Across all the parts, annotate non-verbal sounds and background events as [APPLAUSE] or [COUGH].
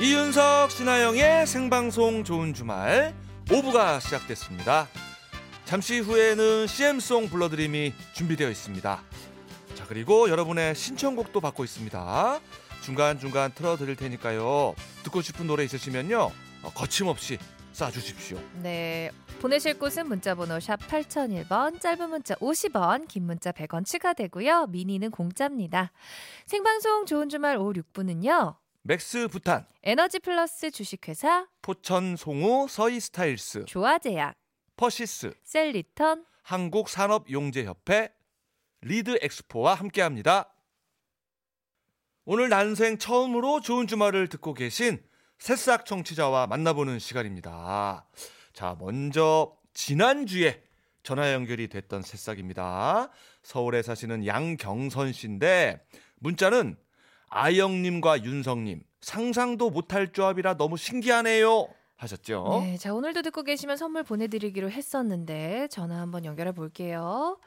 이윤석 신하영의 생방송 좋은 주말 5부가 시작됐습니다. 잠시 후에는 CM송 불러드림이 준비되어 있습니다. 자, 그리고 여러분의 신청곡도 받고 있습니다. 중간중간 틀어드릴 테니까요. 듣고 싶은 노래 있으시면요. 어, 거침없이 쏴주십시오. 네. 보내실 곳은 문자번호 샵 8001번, 짧은 문자 50원, 긴 문자 100원 추가되고요. 미니는 공짜입니다. 생방송 좋은 주말 오후 6분은요. 맥스 부탄, 에너지 플러스 주식회사, 포천 송우 서희 스타일스, 조화제약, 퍼시스, 셀리턴, 한국산업용재협회 리드 엑스포와 함께합니다. 오늘 난생 처음으로 좋은 주말을 듣고 계신 새싹 청취자와 만나보는 시간입니다. 자, 먼저 지난주에 전화 연결이 됐던 새싹입니다. 서울에 사시는 양경선 씨인데 문자는 아영님과 윤성님 상상도 못할 조합이라 너무 신기하네요 하셨죠? 네, 자 오늘도 듣고 계시면 선물 보내드리기로 했었는데 전화 한번 연결해 볼게요.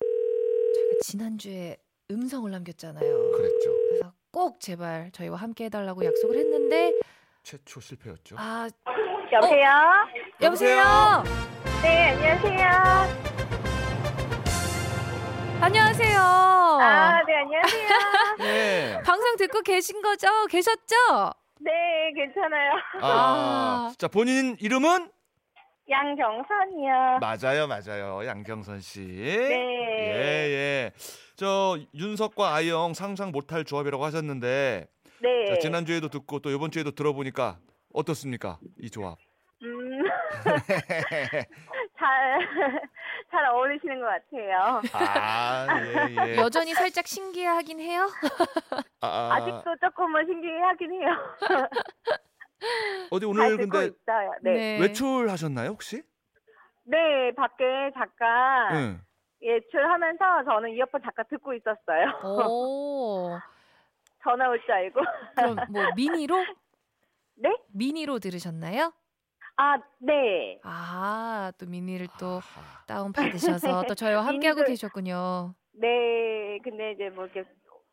저희가 지난주에 음성을 남겼잖아요. 그랬죠. 그래서 꼭 제발 저희와 함께 해달라고 약속을 했는데 최초 실패였죠. 아 여보세요? 어. 여보세요. 여보세요? 네, 안녕하세요. 안녕하세요. 어. 아, 네, 안녕하세요. [LAUGHS] 네. 방송 듣고 계신 거죠? 계셨죠? 네, 괜찮아요. 아, 아. 자 본인 이름은 양경선이요. 맞아요, 맞아요, 양경선 씨. 네. 예, 예. 저 윤석과 아영 상상 못할 조합이라고 하셨는데 네. 자, 지난 주에도 듣고 또 이번 주에도 들어보니까 어떻습니까, 이 조합? 음, 잘, [LAUGHS] 잘 어울리시는 것 [LAUGHS] 같아요. 아, 예, 예. 여전히 살짝 신기하긴 해요. 아, 아, 아직도 조금은 신기하긴 해요. 어디 잘 오늘 듣고 근데 있어요. 네. 네. 외출하셨나요 혹시? 밖에 잠깐 응. 예출하면서 저는 이어폰 잠깐 듣고 있었어요. [LAUGHS] 오, 전화 올 줄 알고. 그럼 뭐 미니로? 네? 미니로 들으셨나요? 아, 네. 아, 또 미니를 또 아하. 다운 [LAUGHS] 받으셔서 또 저희와 함께하고 인증. 계셨군요. 네. 근데 이제 뭐 이렇게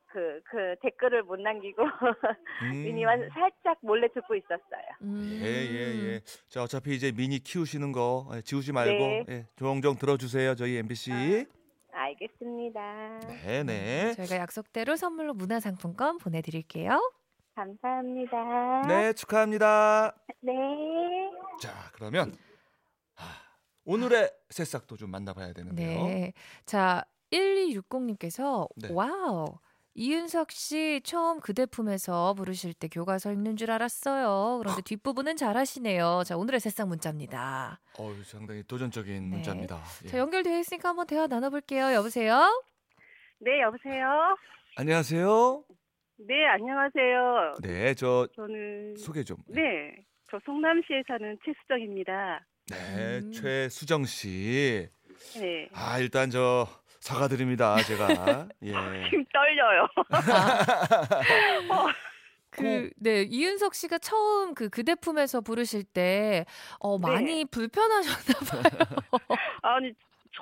그, 그 댓글을 못 남기고 [LAUGHS] 음. 미니만 살짝 몰래 듣고 있었어요. 음. 예, 예, 예. 자, 어차피 이제 미니 키우시는 거 예, 지우지 말고 네. 아. 예, 종종 들어주세요, 저희 MBC. 알겠습니다. 네, 네. 저희가 약속대로 선물로 문화상품권 보내드릴게요. 감사합니다. 네, 축하합니다. 네. 자, 그러면 하, 오늘의 새싹도 좀 만나봐야 되는데요. 네. 자, 1260님께서 네. 와우. 이윤석 씨 처음 그대 품에서 부르실 때 교과서 읽는 줄 아. 알았어요. 그런데 뒷부분은 잘하시네요. 자, 오늘의 새싹 문자입니다. 어우, 상당히 도전적인 네. 문자입니다. 예. 자, 연결되어 있으니까 한번 대화 나눠볼게요. 여보세요? 네, 여보세요? 안녕하세요. 네, 안녕하세요. 네, 저 저는, 소개 좀. 네, 저 성남시에 사는 최수정입니다. 네, 음. 최수정 씨. 네. 아, 일단 저 사과드립니다, [LAUGHS] 제가. 예. 지금 떨려요. [LAUGHS] 그, 네, 이윤석 씨가 처음 그 그대 품에서 부르실 때, 어, 네. 많이 불편하셨나 봐요. 아니,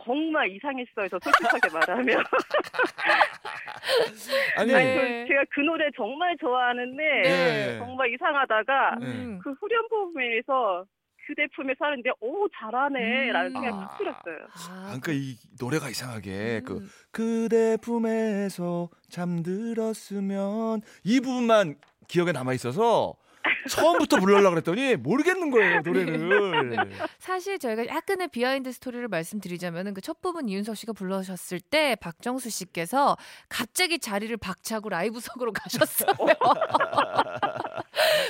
정말 이상했어요. 저 솔직하게 말하면. 아니, 네. 저- [LAUGHS] 제가 그 노래 정말 좋아하는데, 네. 정말 이상하다가, 음. 그 후렴부에서 그대 품에 사는데, 오, 잘하네. 라는 생각이 음. 딱 들었어요. 아, 그러니까 이 노래가 이상하게 그 음. 그대 품에서 잠들었으면 이 부분만 기억에 남아 있어서 처음부터 불러려고 그랬더니 모르겠는 거예요 네. 노래를. 사실 저희가 약간의 비하인드 스토리를 말씀드리자면은 그 첫 부분 이윤석 씨가 불러셨을 때 박정수 씨께서 갑자기 자리를 박차고 라이브석으로 [LAUGHS] [LAUGHS] 가셨어요.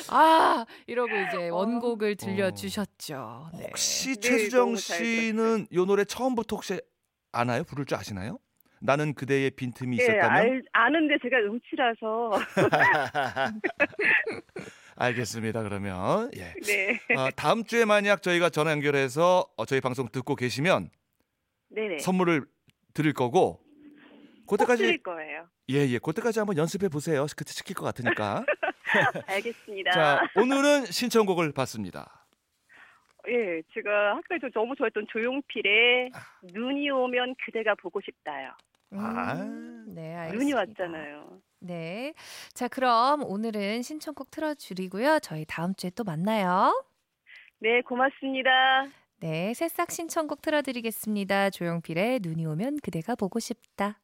아 이러고 이제 어. 원곡을 들려주셨죠. 네. 어. 혹시 네, 최수정 너무 잘 씨는 이 노래 처음부터 혹시 아나요? 부를 줄 아시나요? 나는 그대의 빈틈이 예, 있었다면 알, 아는데 제가 음치라서, [LAUGHS] 알겠습니다. 그러면 예. 네. 아, 다음 주에 만약 저희가 전화 연결해서 어, 저희 방송 듣고 계시면 네네. 선물을 드릴 거고 꼭 그때까지 드릴 거예요. 예예 그때까지 한번 연습해 보세요 그때 시킬 것 같으니까 그 알겠습니다. 자 오늘은 신청곡을 받습니다 예, 제가 학교에서 너무 좋아했던 조용필의 아. 눈이 오면 그대가 보고 싶다요. 아. 음, 네, 알겠습니다. 눈이 왔잖아요. 네. 자, 그럼 오늘은 신청곡 틀어주리고요. 저희 다음 주에 또 만나요. 네, 고맙습니다. 네, 새싹 신청곡 틀어드리겠습니다. 조용필의 눈이 오면 그대가 보고 싶다.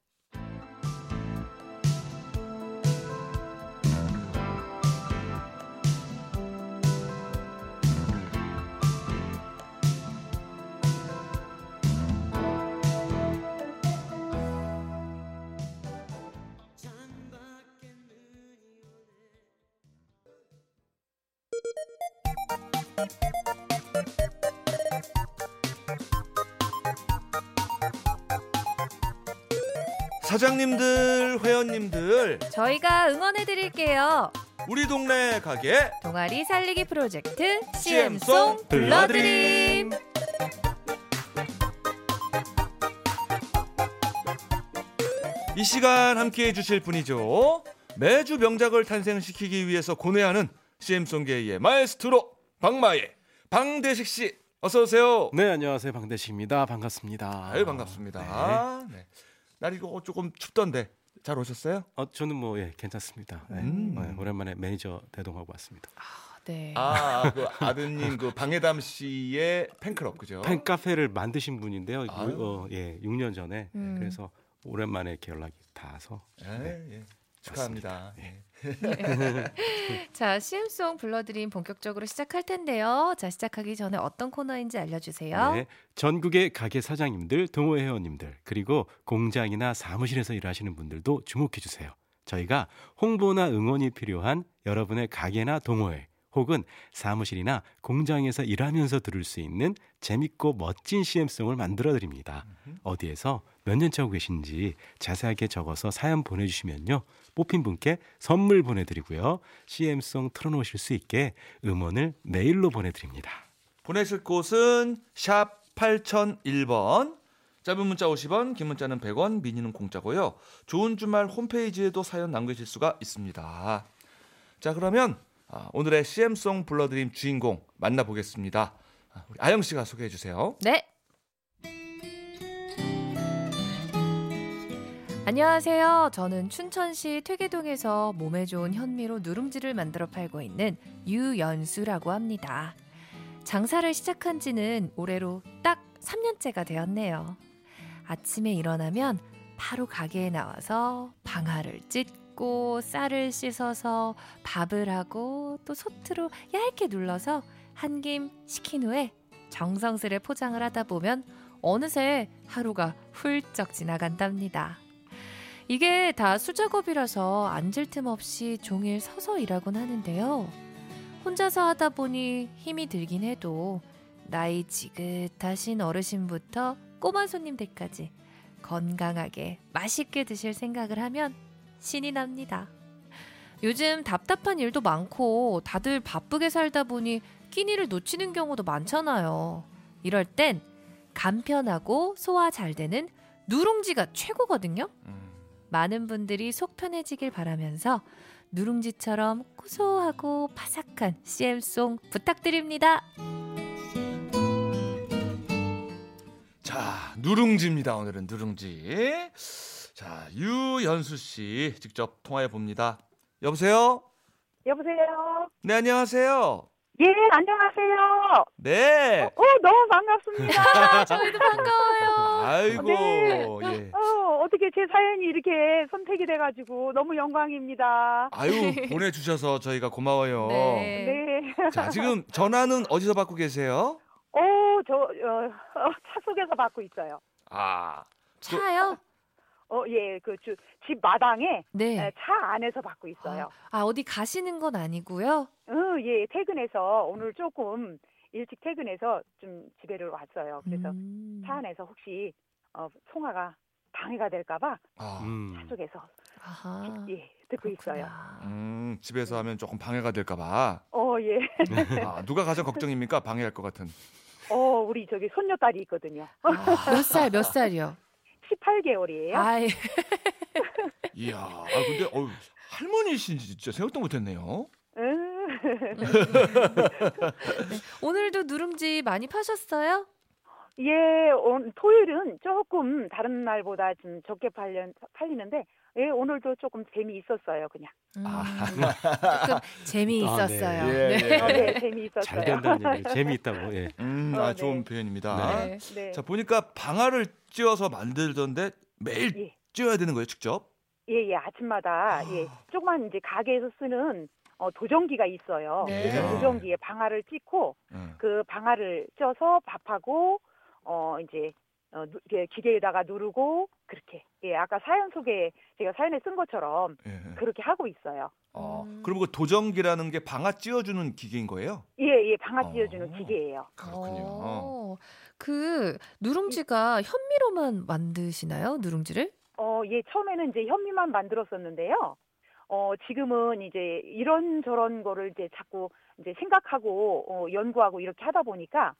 사장님들, 회원님들, 저희가 응원해드릴게요. 우리 동네 가게 동아리 살리기 프로젝트 CM송 CM송 불러드림. 아, 이 시간 함께 해주실 분이죠. 매주 명작을 탄생시키기 위해서 고뇌하는 CM송계의 마에스트로 박마의 방대식 씨 어서 오세요. 네 안녕하세요 방대식입니다 반갑습니다. 아유 반갑습니다. 네. 날 이거 조금 춥던데 잘 오셨어요? 네. 어 저는 뭐 예 괜찮습니다. 네. 음. 네, 오랜만에 매니저 대동하고 왔습니다. 네. 아, 그 아드님 그 방해담 씨의 팬클럽 그죠? 팬 카페를 만드신 분인데요. 이거, 어? 아유. 어, 예 6년 전에 음. 그래서 오랜만에 이렇게 연락이 닿아서 예, 예. 축하합니다. 예. 자, CM송 불러드림 본격적으로 시작할 텐데요. 자, 시작하기 전에 어떤 코너인지 알려주세요. 네, 전국의 가게 사장님들, 동호 회원님들 그리고 공장이나 사무실에서 일하시는 분들도 주목해 주세요. 저희가 홍보나 응원이 필요한 여러분의 가게나 동호회 혹은 사무실이나 공장에서 일하면서 들을 수 있는 재밌고 멋진 CM송을 만들어 드립니다. 어디에서 몇 년째 하고 계신지 자세하게 적어서 사연 보내주시면요. 뽑힌 분께 선물 보내드리고요. CM송 틀어놓으실 수 있게 음원을 메일로 보내드립니다. 보내실 곳은 샵 8001번. 짧은 문자 50원, 긴 문자는 100원, 미니는 공짜고요. 좋은 주말 홈페이지에도 사연 남기실 수가 있습니다. 자, 그러면 아, 오늘의 CM송 불러드림 주인공 만나보겠습니다. 아, 우리 아영 씨가 소개해 주세요. 네. 안녕하세요. 저는 춘천시 퇴계동에서 몸에 좋은 현미로 누룽지를 만들어 팔고 있는 유연수라고 합니다. 장사를 시작한 지는 올해로 딱 3년째가 되었네요. 아침에 일어나면 바로 가게에 나와서 방아를 찢고 쌀을 씻어서 밥을 하고 또 소트로 얇게 눌러서 한 김 식힌 후에 정성스레 포장을 하다 보면 어느새 하루가 훌쩍 지나간답니다. 이게 다 수작업이라서 앉을 틈 없이 종일 서서 일하곤 하는데요. 혼자서 하다 보니 힘이 들긴 해도 나이 지긋하신 어르신부터 꼬마 손님들까지 건강하게 맛있게 드실 생각을 하면 신이 납니다. 요즘 답답한 일도 많고 다들 바쁘게 살다 보니 끼니를 놓치는 경우도 많잖아요. 이럴 땐 간편하고 소화 잘 되는 누룽지가 최고거든요. 음, 많은 분들이 속 편해지길 바라면서 누룽지처럼 고소하고 바삭한 CM송 부탁드립니다. 자, 누룽지입니다. 오늘은 누룽지. 자, 유연수 씨 직접 통화해 봅니다. 여보세요? 여보세요. 네, 안녕하세요. 예, 안녕하세요. 네. 어, [LAUGHS] 너무 반갑습니다. 아, 저희도 반가워요. 아이고. 네. 예. 어, 어떻게 제 사연이 이렇게 선택이 돼가지고 너무 영광입니다. 아유, 보내주셔서 저희가 고마워요. 네. 네. 자, 지금 전화는 어디서 받고 계세요? 어, 저, 어, 어, 차 속에서 받고 있어요. 아, 차요? 어, 예, 그, 주, 집 마당에 에, 네. 차 안에서 받고 있어요. 아, 어디 가시는 건 아니고요. 어, 예, 퇴근해서 오늘 조금 일찍 퇴근해서 좀 집에로 왔어요. 그래서 음. 차 안에서 혹시 어, 통화가 방해가 될까봐 아, 음. 차 속에서 아하. 예, 듣고 있어요. 그렇구나. 음, 집에서 하면 조금 방해가 될까봐. 어, 예. 아, 누가 가장 걱정입니까? 방해할 것 같은. 어, 우리 저기 손녀딸이 있거든요. 아, 몇 살, 몇 살이요? 18개월이에요. 아이. 이야, 아, 근데 어유 할머니신지 진짜 생각도 못했네요. 어, 오늘도 누룽지 많이 파셨어요? 예, 오늘 토요일은 조금 다른 날보다 좀 적게 팔려, 팔리는데 예, 오늘도 조금 재미있었어요, 그냥. 음, 아. [LAUGHS] 조금 재미있었어요. 아, 네. 네. 어, 네, 잘 재미있었어요. 된다는 [LAUGHS] 얘기 재미있다고. 예. 음, 어, 아, 네. 좋은 표현입니다. 아, 네. 네. 자, 보니까 방아를 찧어서 만들던데 매일 예. 찧어야 되는 거예요, 직접? 예, 예, 아침마다 예, 조그만 이제 가게에서 쓰는 어, 도전기가 있어요. 네. 그 도전기에 방아를 찍고 음. 그 방아를 쪄서 밥하고 어 이제 어, 누- 이렇게 기계에다가 누르고 그렇게 예, 아까 사연 소개 제가 사연에 쓴 것처럼 예, 예. 그렇게 하고 있어요. 어, 음. 그럼 그 도전기라는 게 방아 찧어주는 기계인 거예요? 예, 예, 방아 어. 찧어주는 기계예요. 어. 어, 그 누룽지가 현미로만 만드시나요? 누룽지를? 어, 예, 처음에는 이제 현미만 만들었었는데요. 어, 지금은 이제 이런 저런 거를 이제 자꾸 이제 생각하고 어, 연구하고 이렇게 하다 보니까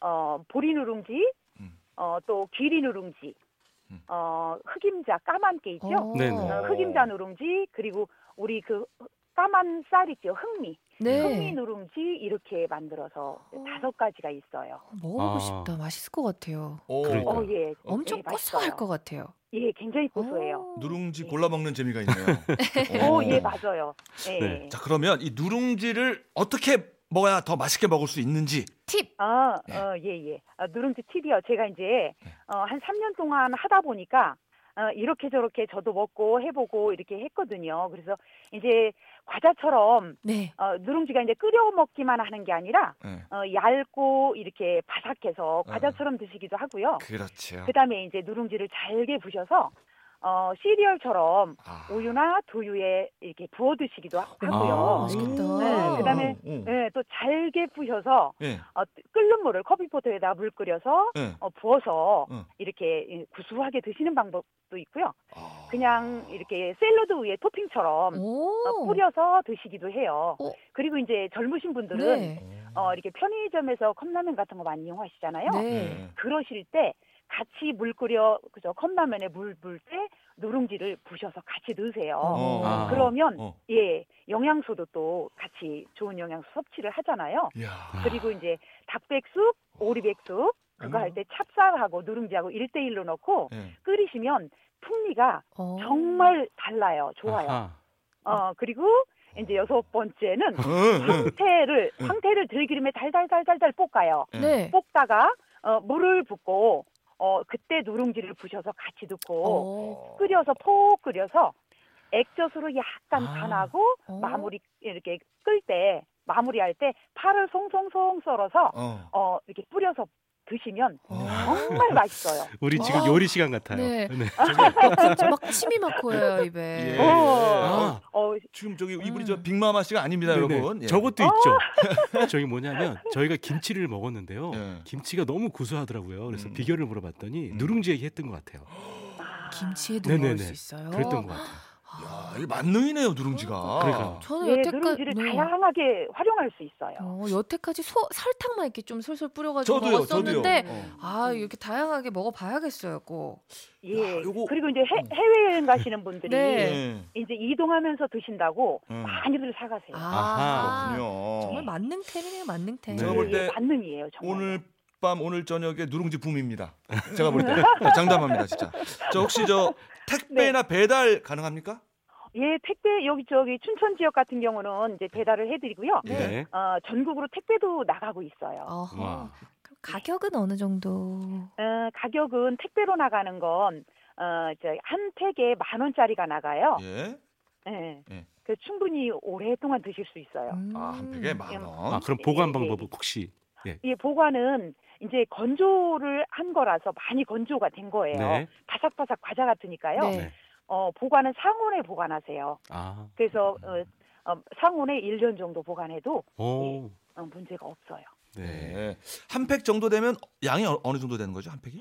어, 보리 누룽지, 음. 어, 또 귀리 누룽지, 음. 어, 흑임자 까만 게 있죠. 어, 네네. 어, 흑임자 누룽지 그리고 우리 그 까만 쌀 있죠. 흑미. 흑미 네. 누룽지 이렇게 만들어서 어. 다섯 가지가 있어요. 먹어보고 아. 싶다. 맛있을 것 같아요. 오. 그러니까요. 어, 예. 엄청 예, 고소할 맛있어요. 것 어. 같아요. 예, 굉장히 고소해요. 오. 누룽지 골라 먹는 재미가 [LAUGHS] 있네요. 오, 예, 맞아요. 예. 네. 자, 그러면 이 누룽지를 어떻게 먹어야 더 맛있게 먹을 수 있는지. 팁. 아, 네. 어, 예, 예. 아, 누룽지 팁이요. 제가 이제 네. 어, 한 3년 동안 하다 보니까 어, 이렇게 저렇게 저도 먹고 해보고 이렇게 했거든요. 그래서 이제 과자처럼 네. 어, 누룽지가 이제 끓여 먹기만 하는 게 아니라 예. 어, 얇고 이렇게 바삭해서 네. 과자처럼 드시기도 하고요. 그렇죠. 그다음에 이제 누룽지를 잘게 부셔서 어, 시리얼처럼 아. 우유나 두유에 이렇게 부어 드시기도 하- 아, 하고요. 맛있겠다. 네, 그다음에- 음. 예, 또 잘게 부셔서 예. 어, 끓는 물을 커피포트에다 물 끓여서 예. 어, 부어서 응. 이렇게 구수하게 드시는 방법도 있고요. 아. 그냥 이렇게 샐러드 위에 토핑처럼 어, 오. 뿌려서 드시기도 해요. 어. 그리고 이제 젊으신 분들은 네. 어, 이렇게 편의점에서 컵라면 같은 거 많이 이용하시잖아요. 네. 예. 그러실 때 같이 물 끓여 그죠 컵라면에 물 부을 때 누룽지를 부셔서 같이 넣으세요. 어. 아. 그러면 어. 예 영양소도 또 같이 좋은 영양소 섭취를 하잖아요. 야. 그리고 이제 닭백숙, 오리백숙 그거 음. 할 때 찹쌀하고 누룽지하고 1대1로 넣고 예. 끓이시면 풍미가 어. 정말 달라요. 좋아요. 아하. 어, 그리고 이제 여섯 [LAUGHS] 번째는 어, 응, 황태를 황태를 들기름에 달달달달달 볶아요. 응. 네. 볶다가 어, 물을 붓고 어, 그때 누룽지를 부셔서 같이 넣고 어. 끓여서 폭 끓여서 액젓으로 약간 아. 간하고 어. 마무리 이렇게 끌 때 마무리할 때 파를 송송송 썰어서 어. 어, 이렇게 뿌려서 드시면 어. 정말 맛있어요. 우리 지금 아. 요리 시간 같아요. 네. 네. 진짜 [LAUGHS] 막 침이 막 고여요 아, 입에. 예. 어, 아. 어, 지금 저기 이분이 음. 저 빅마마 씨가 아닙니다, 네네. 여러분. 예. 저것도 있죠. [LAUGHS] 저기 뭐냐면 저희가 김치를 먹었는데요. 예. 김치가 너무 구수하더라고요. 그래서 음. 비결을 물어봤더니 음. 누룽지 얘기했던 것 같아요. 김치에도 네네네. 넣을 수 있어요. 그랬던 것 같아요. 야, 이 만능이네요, 누룽지가. 그러니까요. 저는 예, 여태까지 누룽지를 네. 다양하게 활용할 수 있어요. 어, 여태까지 소, 설탕만 이렇게 좀 솔솔 뿌려가지고 저도요, 저도요. 먹었었는데 어. 아 이렇게 다양하게 먹어봐야겠어요 꼭. 야, 예. 아, 요거- 음. 그리고 이제 해, 해외여행 가시는 분들이 네. 예. 이제 이동하면서 드신다고 음. 많이들 사가세요. 아 그렇군요. 정말 만능템이네요 만능템. 제가 볼 예, 때 만능이에요, 정말. 오늘 밤 오늘 저녁에 누룽지 붐입니다. 제가 볼 때 네, 장담합니다 진짜. 저 혹시 저 택배나 배달 가능합니까? 예, 택배 여기 저기 춘천 지역 같은 경우는 이제 배달을 해드리고요. 네. 네. 어, 전국으로 택배도 나가고 있어요. 어. 어허. 와. 그럼 가격은 어느 정도? 가격은 택배로 나가는 건 어, 이제 한 팩에 만 원짜리가 나가요. 예. 예. 예. 그 충분히 오랫동안 드실 수 있어요. 음. 아, 한 팩에 만 아, 원. 그럼 네. 보관 방법은 혹시 이 보관은 이제 건조를 한 거라서 많이 건조가 된 거예요. 네. 바삭바삭 과자 같으니까요. 네. 어, 보관은 상온에 보관하세요. 아. 그래서 어, 어, 상온에 1년 정도 보관해도 오. 어, 문제가 없어요. 네. 예. 한 팩 정도 되면 양이 어- 어느 정도 되는 거죠? 한 팩이?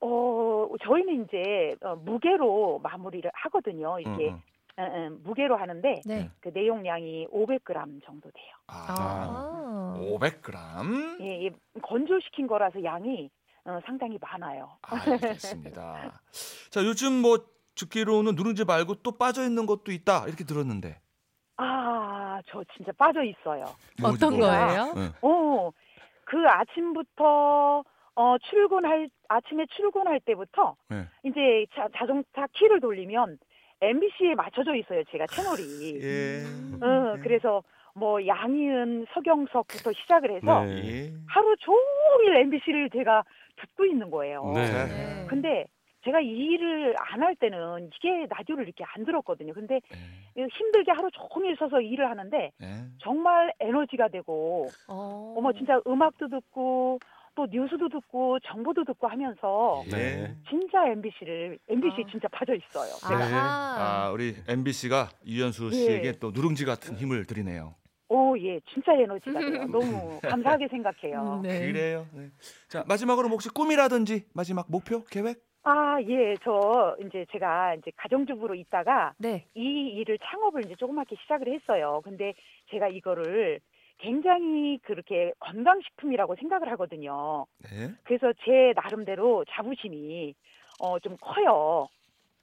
어, 저희는 이제 어, 무게로 마무리를 하거든요. 이게 응, 응. 어, 어, 무게로 하는데 네. 그 내용량이 500g 정도 돼요. 아. 아. 500g. 예, 예, 건조시킨 거라서 양이 어, 상당히 많아요. 알겠습니다. 자, 요즘 뭐 듣기로는 누룽지 말고 또 빠져 있는 것도 있다 이렇게 들었는데. 아, 저 진짜 빠져 있어요. 뭐지, 어떤 뭐지? 거예요? 예. 어, 그 아침부터 어, 출근할 아침에 출근할 때부터 네. 이제 자, 자동차 키를 돌리면 MBC에 맞춰져 있어요. 제가 채널이. 예. 어, 그래서 뭐 양희은, 서경석부터 시작을 해서 네. 예. 하루 종일 MBC를 제가 듣고 있는 거예요. 네. 네. 근데 제가 이 일을 안 할 때는 이게 라디오를 이렇게 안 들었거든요. 근데 네. 힘들게 하루 종일 서서 일을 하는데 예. 정말 에너지가 되고 어. 어머 진짜 음악도 듣고 또 뉴스도 듣고 정보도 듣고 하면서 예. 네. 진짜 MBC를 MBC 예. 아. 에 진짜 빠져 있어요. 아하. 아, 우리 MBC가 유연수 예. 씨에게 또 누룽지 같은 힘을 드리네요. 오 예 진짜 [LAUGHS] 에너지가 돼요. 너무 감사하게 생각해요. 음, 네. 그래요. 네. 자, 마지막으로 뭐 혹시 꿈이라든지 마지막 목표, 계획? 아 예 저 이제 제가 이제 가정주부로 있다가 네. 이 일을 창업을 이제 조그맣게 시작을 했어요. 근데 제가 이거를 굉장히 그렇게 건강식품이라고 생각을 하거든요. 네. 그래서 제 나름대로 자부심이 어, 좀 커요.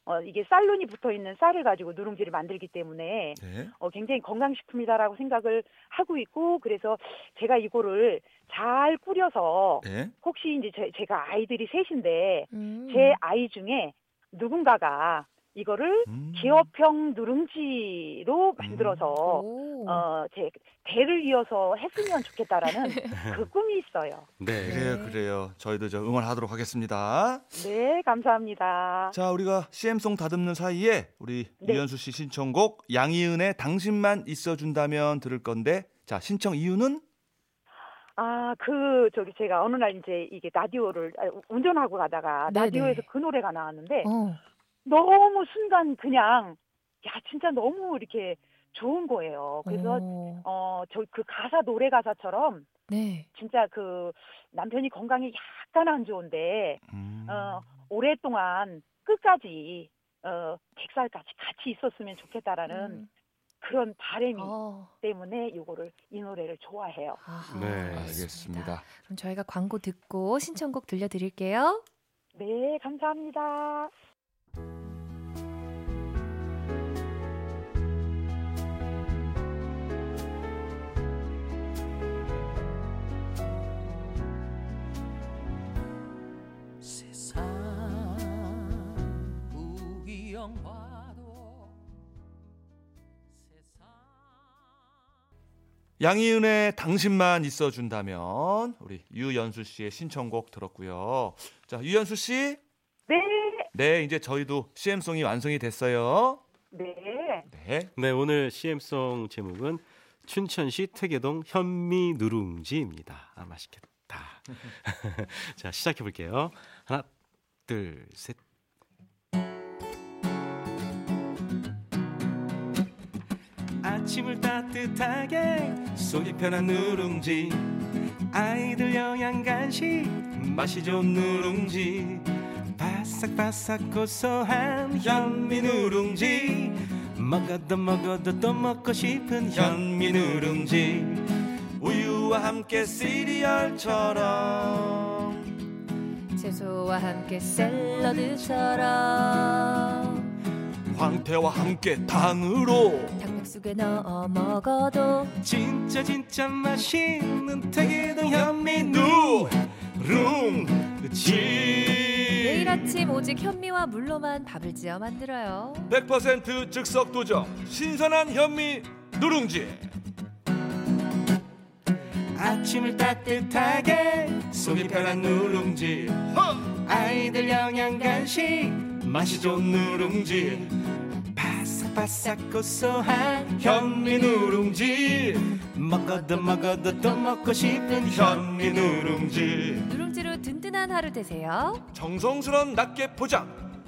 어, 이게 쌀론이 붙어 있는 쌀을 가지고 누룽지를 만들기 때문에 네. 어, 굉장히 건강식품이다라고 생각을 하고 있고 그래서 제가 이거를 잘 꾸려서 네. 혹시 이제 제, 제가 아이들이 셋인데 음. 제 아이 중에 누군가가 이거를 음. 기업형 누룽지로 만들어서 음. 오. 어, 제 대를 이어서 [LAUGHS] 했으면 좋겠다라는 그 꿈이 있어요. 네. 그래요, 그래요. 저희도 저 응원하도록 하겠습니다. 네, 감사합니다. 자, 우리가 CM송 다듬는 사이에 우리 네. 유연수 씨 신청곡 양희은의 당신만 있어준다면 들을 건데 자, 신청 이유는? 아, 그 저기 제가 어느 날 이제 이게 라디오를 아, 운전하고 가다가 네네. 라디오에서 그 노래가 나왔는데 어. 너무 순간 그냥 야, 진짜 너무 이렇게 좋은 거예요. 그래서 어. 어, 저 그 가사 노래 가사처럼 네. 진짜 그 남편이 건강이 약간 안 좋은데 음. 어, 오랫동안 끝까지 어, 100살까지 같이 있었으면 좋겠다라는 음. 그런 바람이 네. 어. 때문에 요거를 이 노래를 좋아해요. 아하. 네. 알겠습니다. 그럼 저희가 광고 듣고 신청곡 들려드릴게요. 네, 감사합니다. 세상 우기영 봐도 세상 양희은의 당신만 있어준다면 우리 유연수 씨의 신청곡 들었고요. 자, 유연수 씨, 네, 네 이제 저희도 CM송이 완성이 됐어요. 네. 네, 네, 오늘 CM송 제목은 춘천시 퇴계동 현미 누룽지입니다. [LAUGHS] 아, 맛있겠다. 자, 시작해 볼게요. 하나, 둘, 셋. 아침을 따뜻하게 속이 편한 누룽지 아이들 영양 간식 맛이 좋은 누룽지 바삭바삭 고소한 현미 누룽지 먹어도 먹어도 또 먹고 싶은 현미 누룽지 우유와 함께 시리얼처럼 채소와 함께 샐러드처럼 황태와 함께 당으로 닭백 속에 넣어 먹어도 진짜 진짜 맛있는 태계동 현미 매일 누룽지 아침 오직 현미와 물로만 밥을 지어 만들어요. 100% 즉석 도정 신선한 현미 누룽지. 아침을 따뜻하게 속이 편한 누룽지 아이들 영양 간식 맛이 좋은 누룽지 바삭바삭 고소한 현미 누룽지 먹어도 먹어도 또 먹고 싶은 현미 누룽지 누룽지로 든든한 하루 되세요. 정성스런 낱개 포장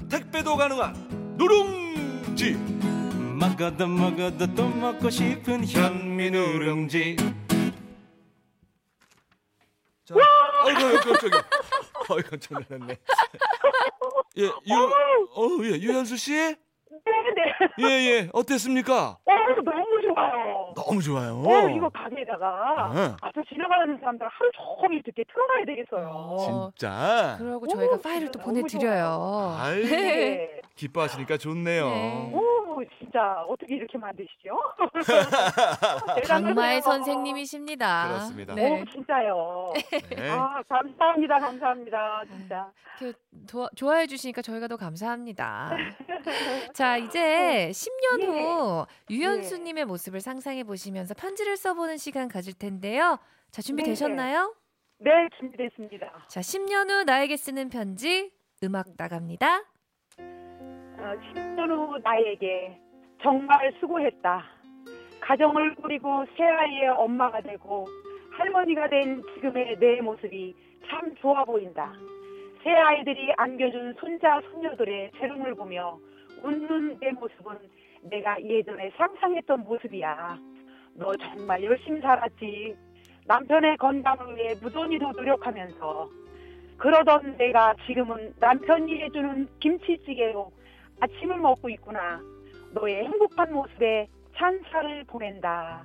택배도 가능한 누룽지 먹어도 먹어도 또 먹고 싶은 현미 누룽지 자, 아이고 깜짝이야 아이 깜짝 놀랐네 예, 유, 어, 예, 유현수 씨? 예, 네. 예, 어땠습니까? 어, 너무 좋아요. 너무 좋아요 어, 이거 가게에다가 네. 앞에 지나가는 사람들 하루 종일 듣게 틀어놔야 되겠어요. 아. 진짜 그러고 오, 저희가 파일을 또 너무 보내드려요. 아이 네. 기뻐하시니까 좋네요 네. 오, 진짜 진짜 어떻게 이렇게 만드시죠? 강마의 대단하세요. 선생님이십니다. 그렇습니다. 네. 오, 진짜요. 네. 아, 감사합니다. 감사합니다. 진짜. 이렇게 도와- 좋아해 주시니까 저희가 더 [LAUGHS] 감사합니다. 자, 이제 10년 예. 후 유연수님의 모습을 상상해 보시면서 편지를 써보는 시간 가질 텐데요. 자, 준비되셨나요? 네, 준비됐습니다. 자, 10년 후 나에게 쓰는 편지 음악 나갑니다. 어, 10년 후 나에게 정말 수고했다. 가정을 꾸리고 새아이의 엄마가 되고 할머니가 된 지금의 내 모습이 참 좋아 보인다. 새아이들이 안겨준 손자, 손녀들의 재롱을 보며 웃는 내 모습은 내가 예전에 상상했던 모습이야. 너 정말 열심히 살았지. 남편의 건강을 위해 무던히도 노력하면서 그러던 내가 지금은 남편이 해주는 김치찌개로 아침을 먹고 있구나. 너의 행복한 모습에 찬사를 보낸다.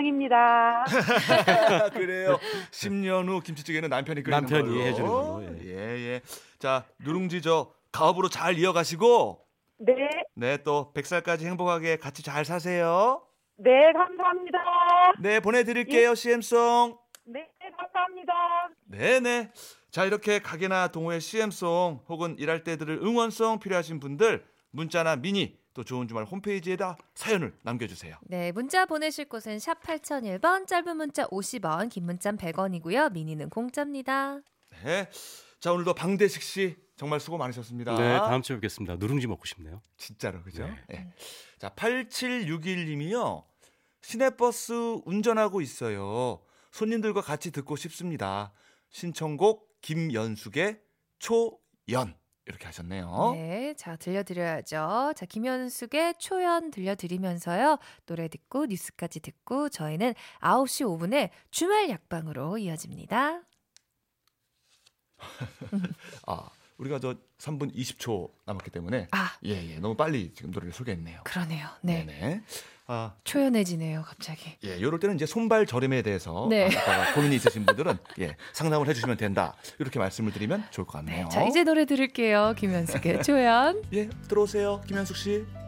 이상입니다. [LAUGHS] 그래요. 10년 후 김치찌개는 남편이 끓이는 남편이 걸로. 해주는 걸로, 예, 예. 자, 누룽지 저 가업으로 잘 이어가시고 네, 네, 또 100살까지 행복하게 같이 잘 사세요. 네, 감사합니다. 네, 보내 드릴게요. CM송. 네, 감사합니다. 네네. 자 이렇게 가게나 동호회 CM송 혹은 일할 때 들을 응원송 필요하신 분들 문자나 미니 또 좋은 주말 홈페이지에다 사연을 남겨주세요. 네, 문자 보내실 곳은 샵 8001번, 짧은 문자 50원, 긴 문자 100원이고요. 미니는 공짜입니다. 네. 자 오늘도 방대식 씨 정말 수고 많으셨습니다. 네, 다음 주에 뵙겠습니다. 누룽지 먹고 싶네요. 진짜로 그죠? 네. 네. 자 8761님이요. 시내버스 운전하고 있어요. 손님들과 같이 듣고 싶습니다. 신청곡 김연숙의 초연 이렇게 하셨네요. 네, 자 들려드려야죠. 자 김현숙의 초연 들려드리면서요. 노래 듣고 뉴스까지 듣고 저희는 9시 5분에 주말 약방으로 이어집니다. 아, 우리가 저 3분 20초 남았기 때문에 아. 예, 예. 너무 빨리 지금 노래를 소개했네요. 그러네요. 네, 네네. 아, 요럴 초연해지네요, 갑자기. 때는 이제 손발 저림에 대해서 네. 아, 이따가 고민이 있으신 분들은 [LAUGHS] 예, 상담을 해주시면 된다. 이렇게 말씀을 어? 드리면 좋을 것 같네요. [LAUGHS] 자 이제 노래 들을게요. 김현숙의 초연. 예, 들어오세요, 김현숙 씨.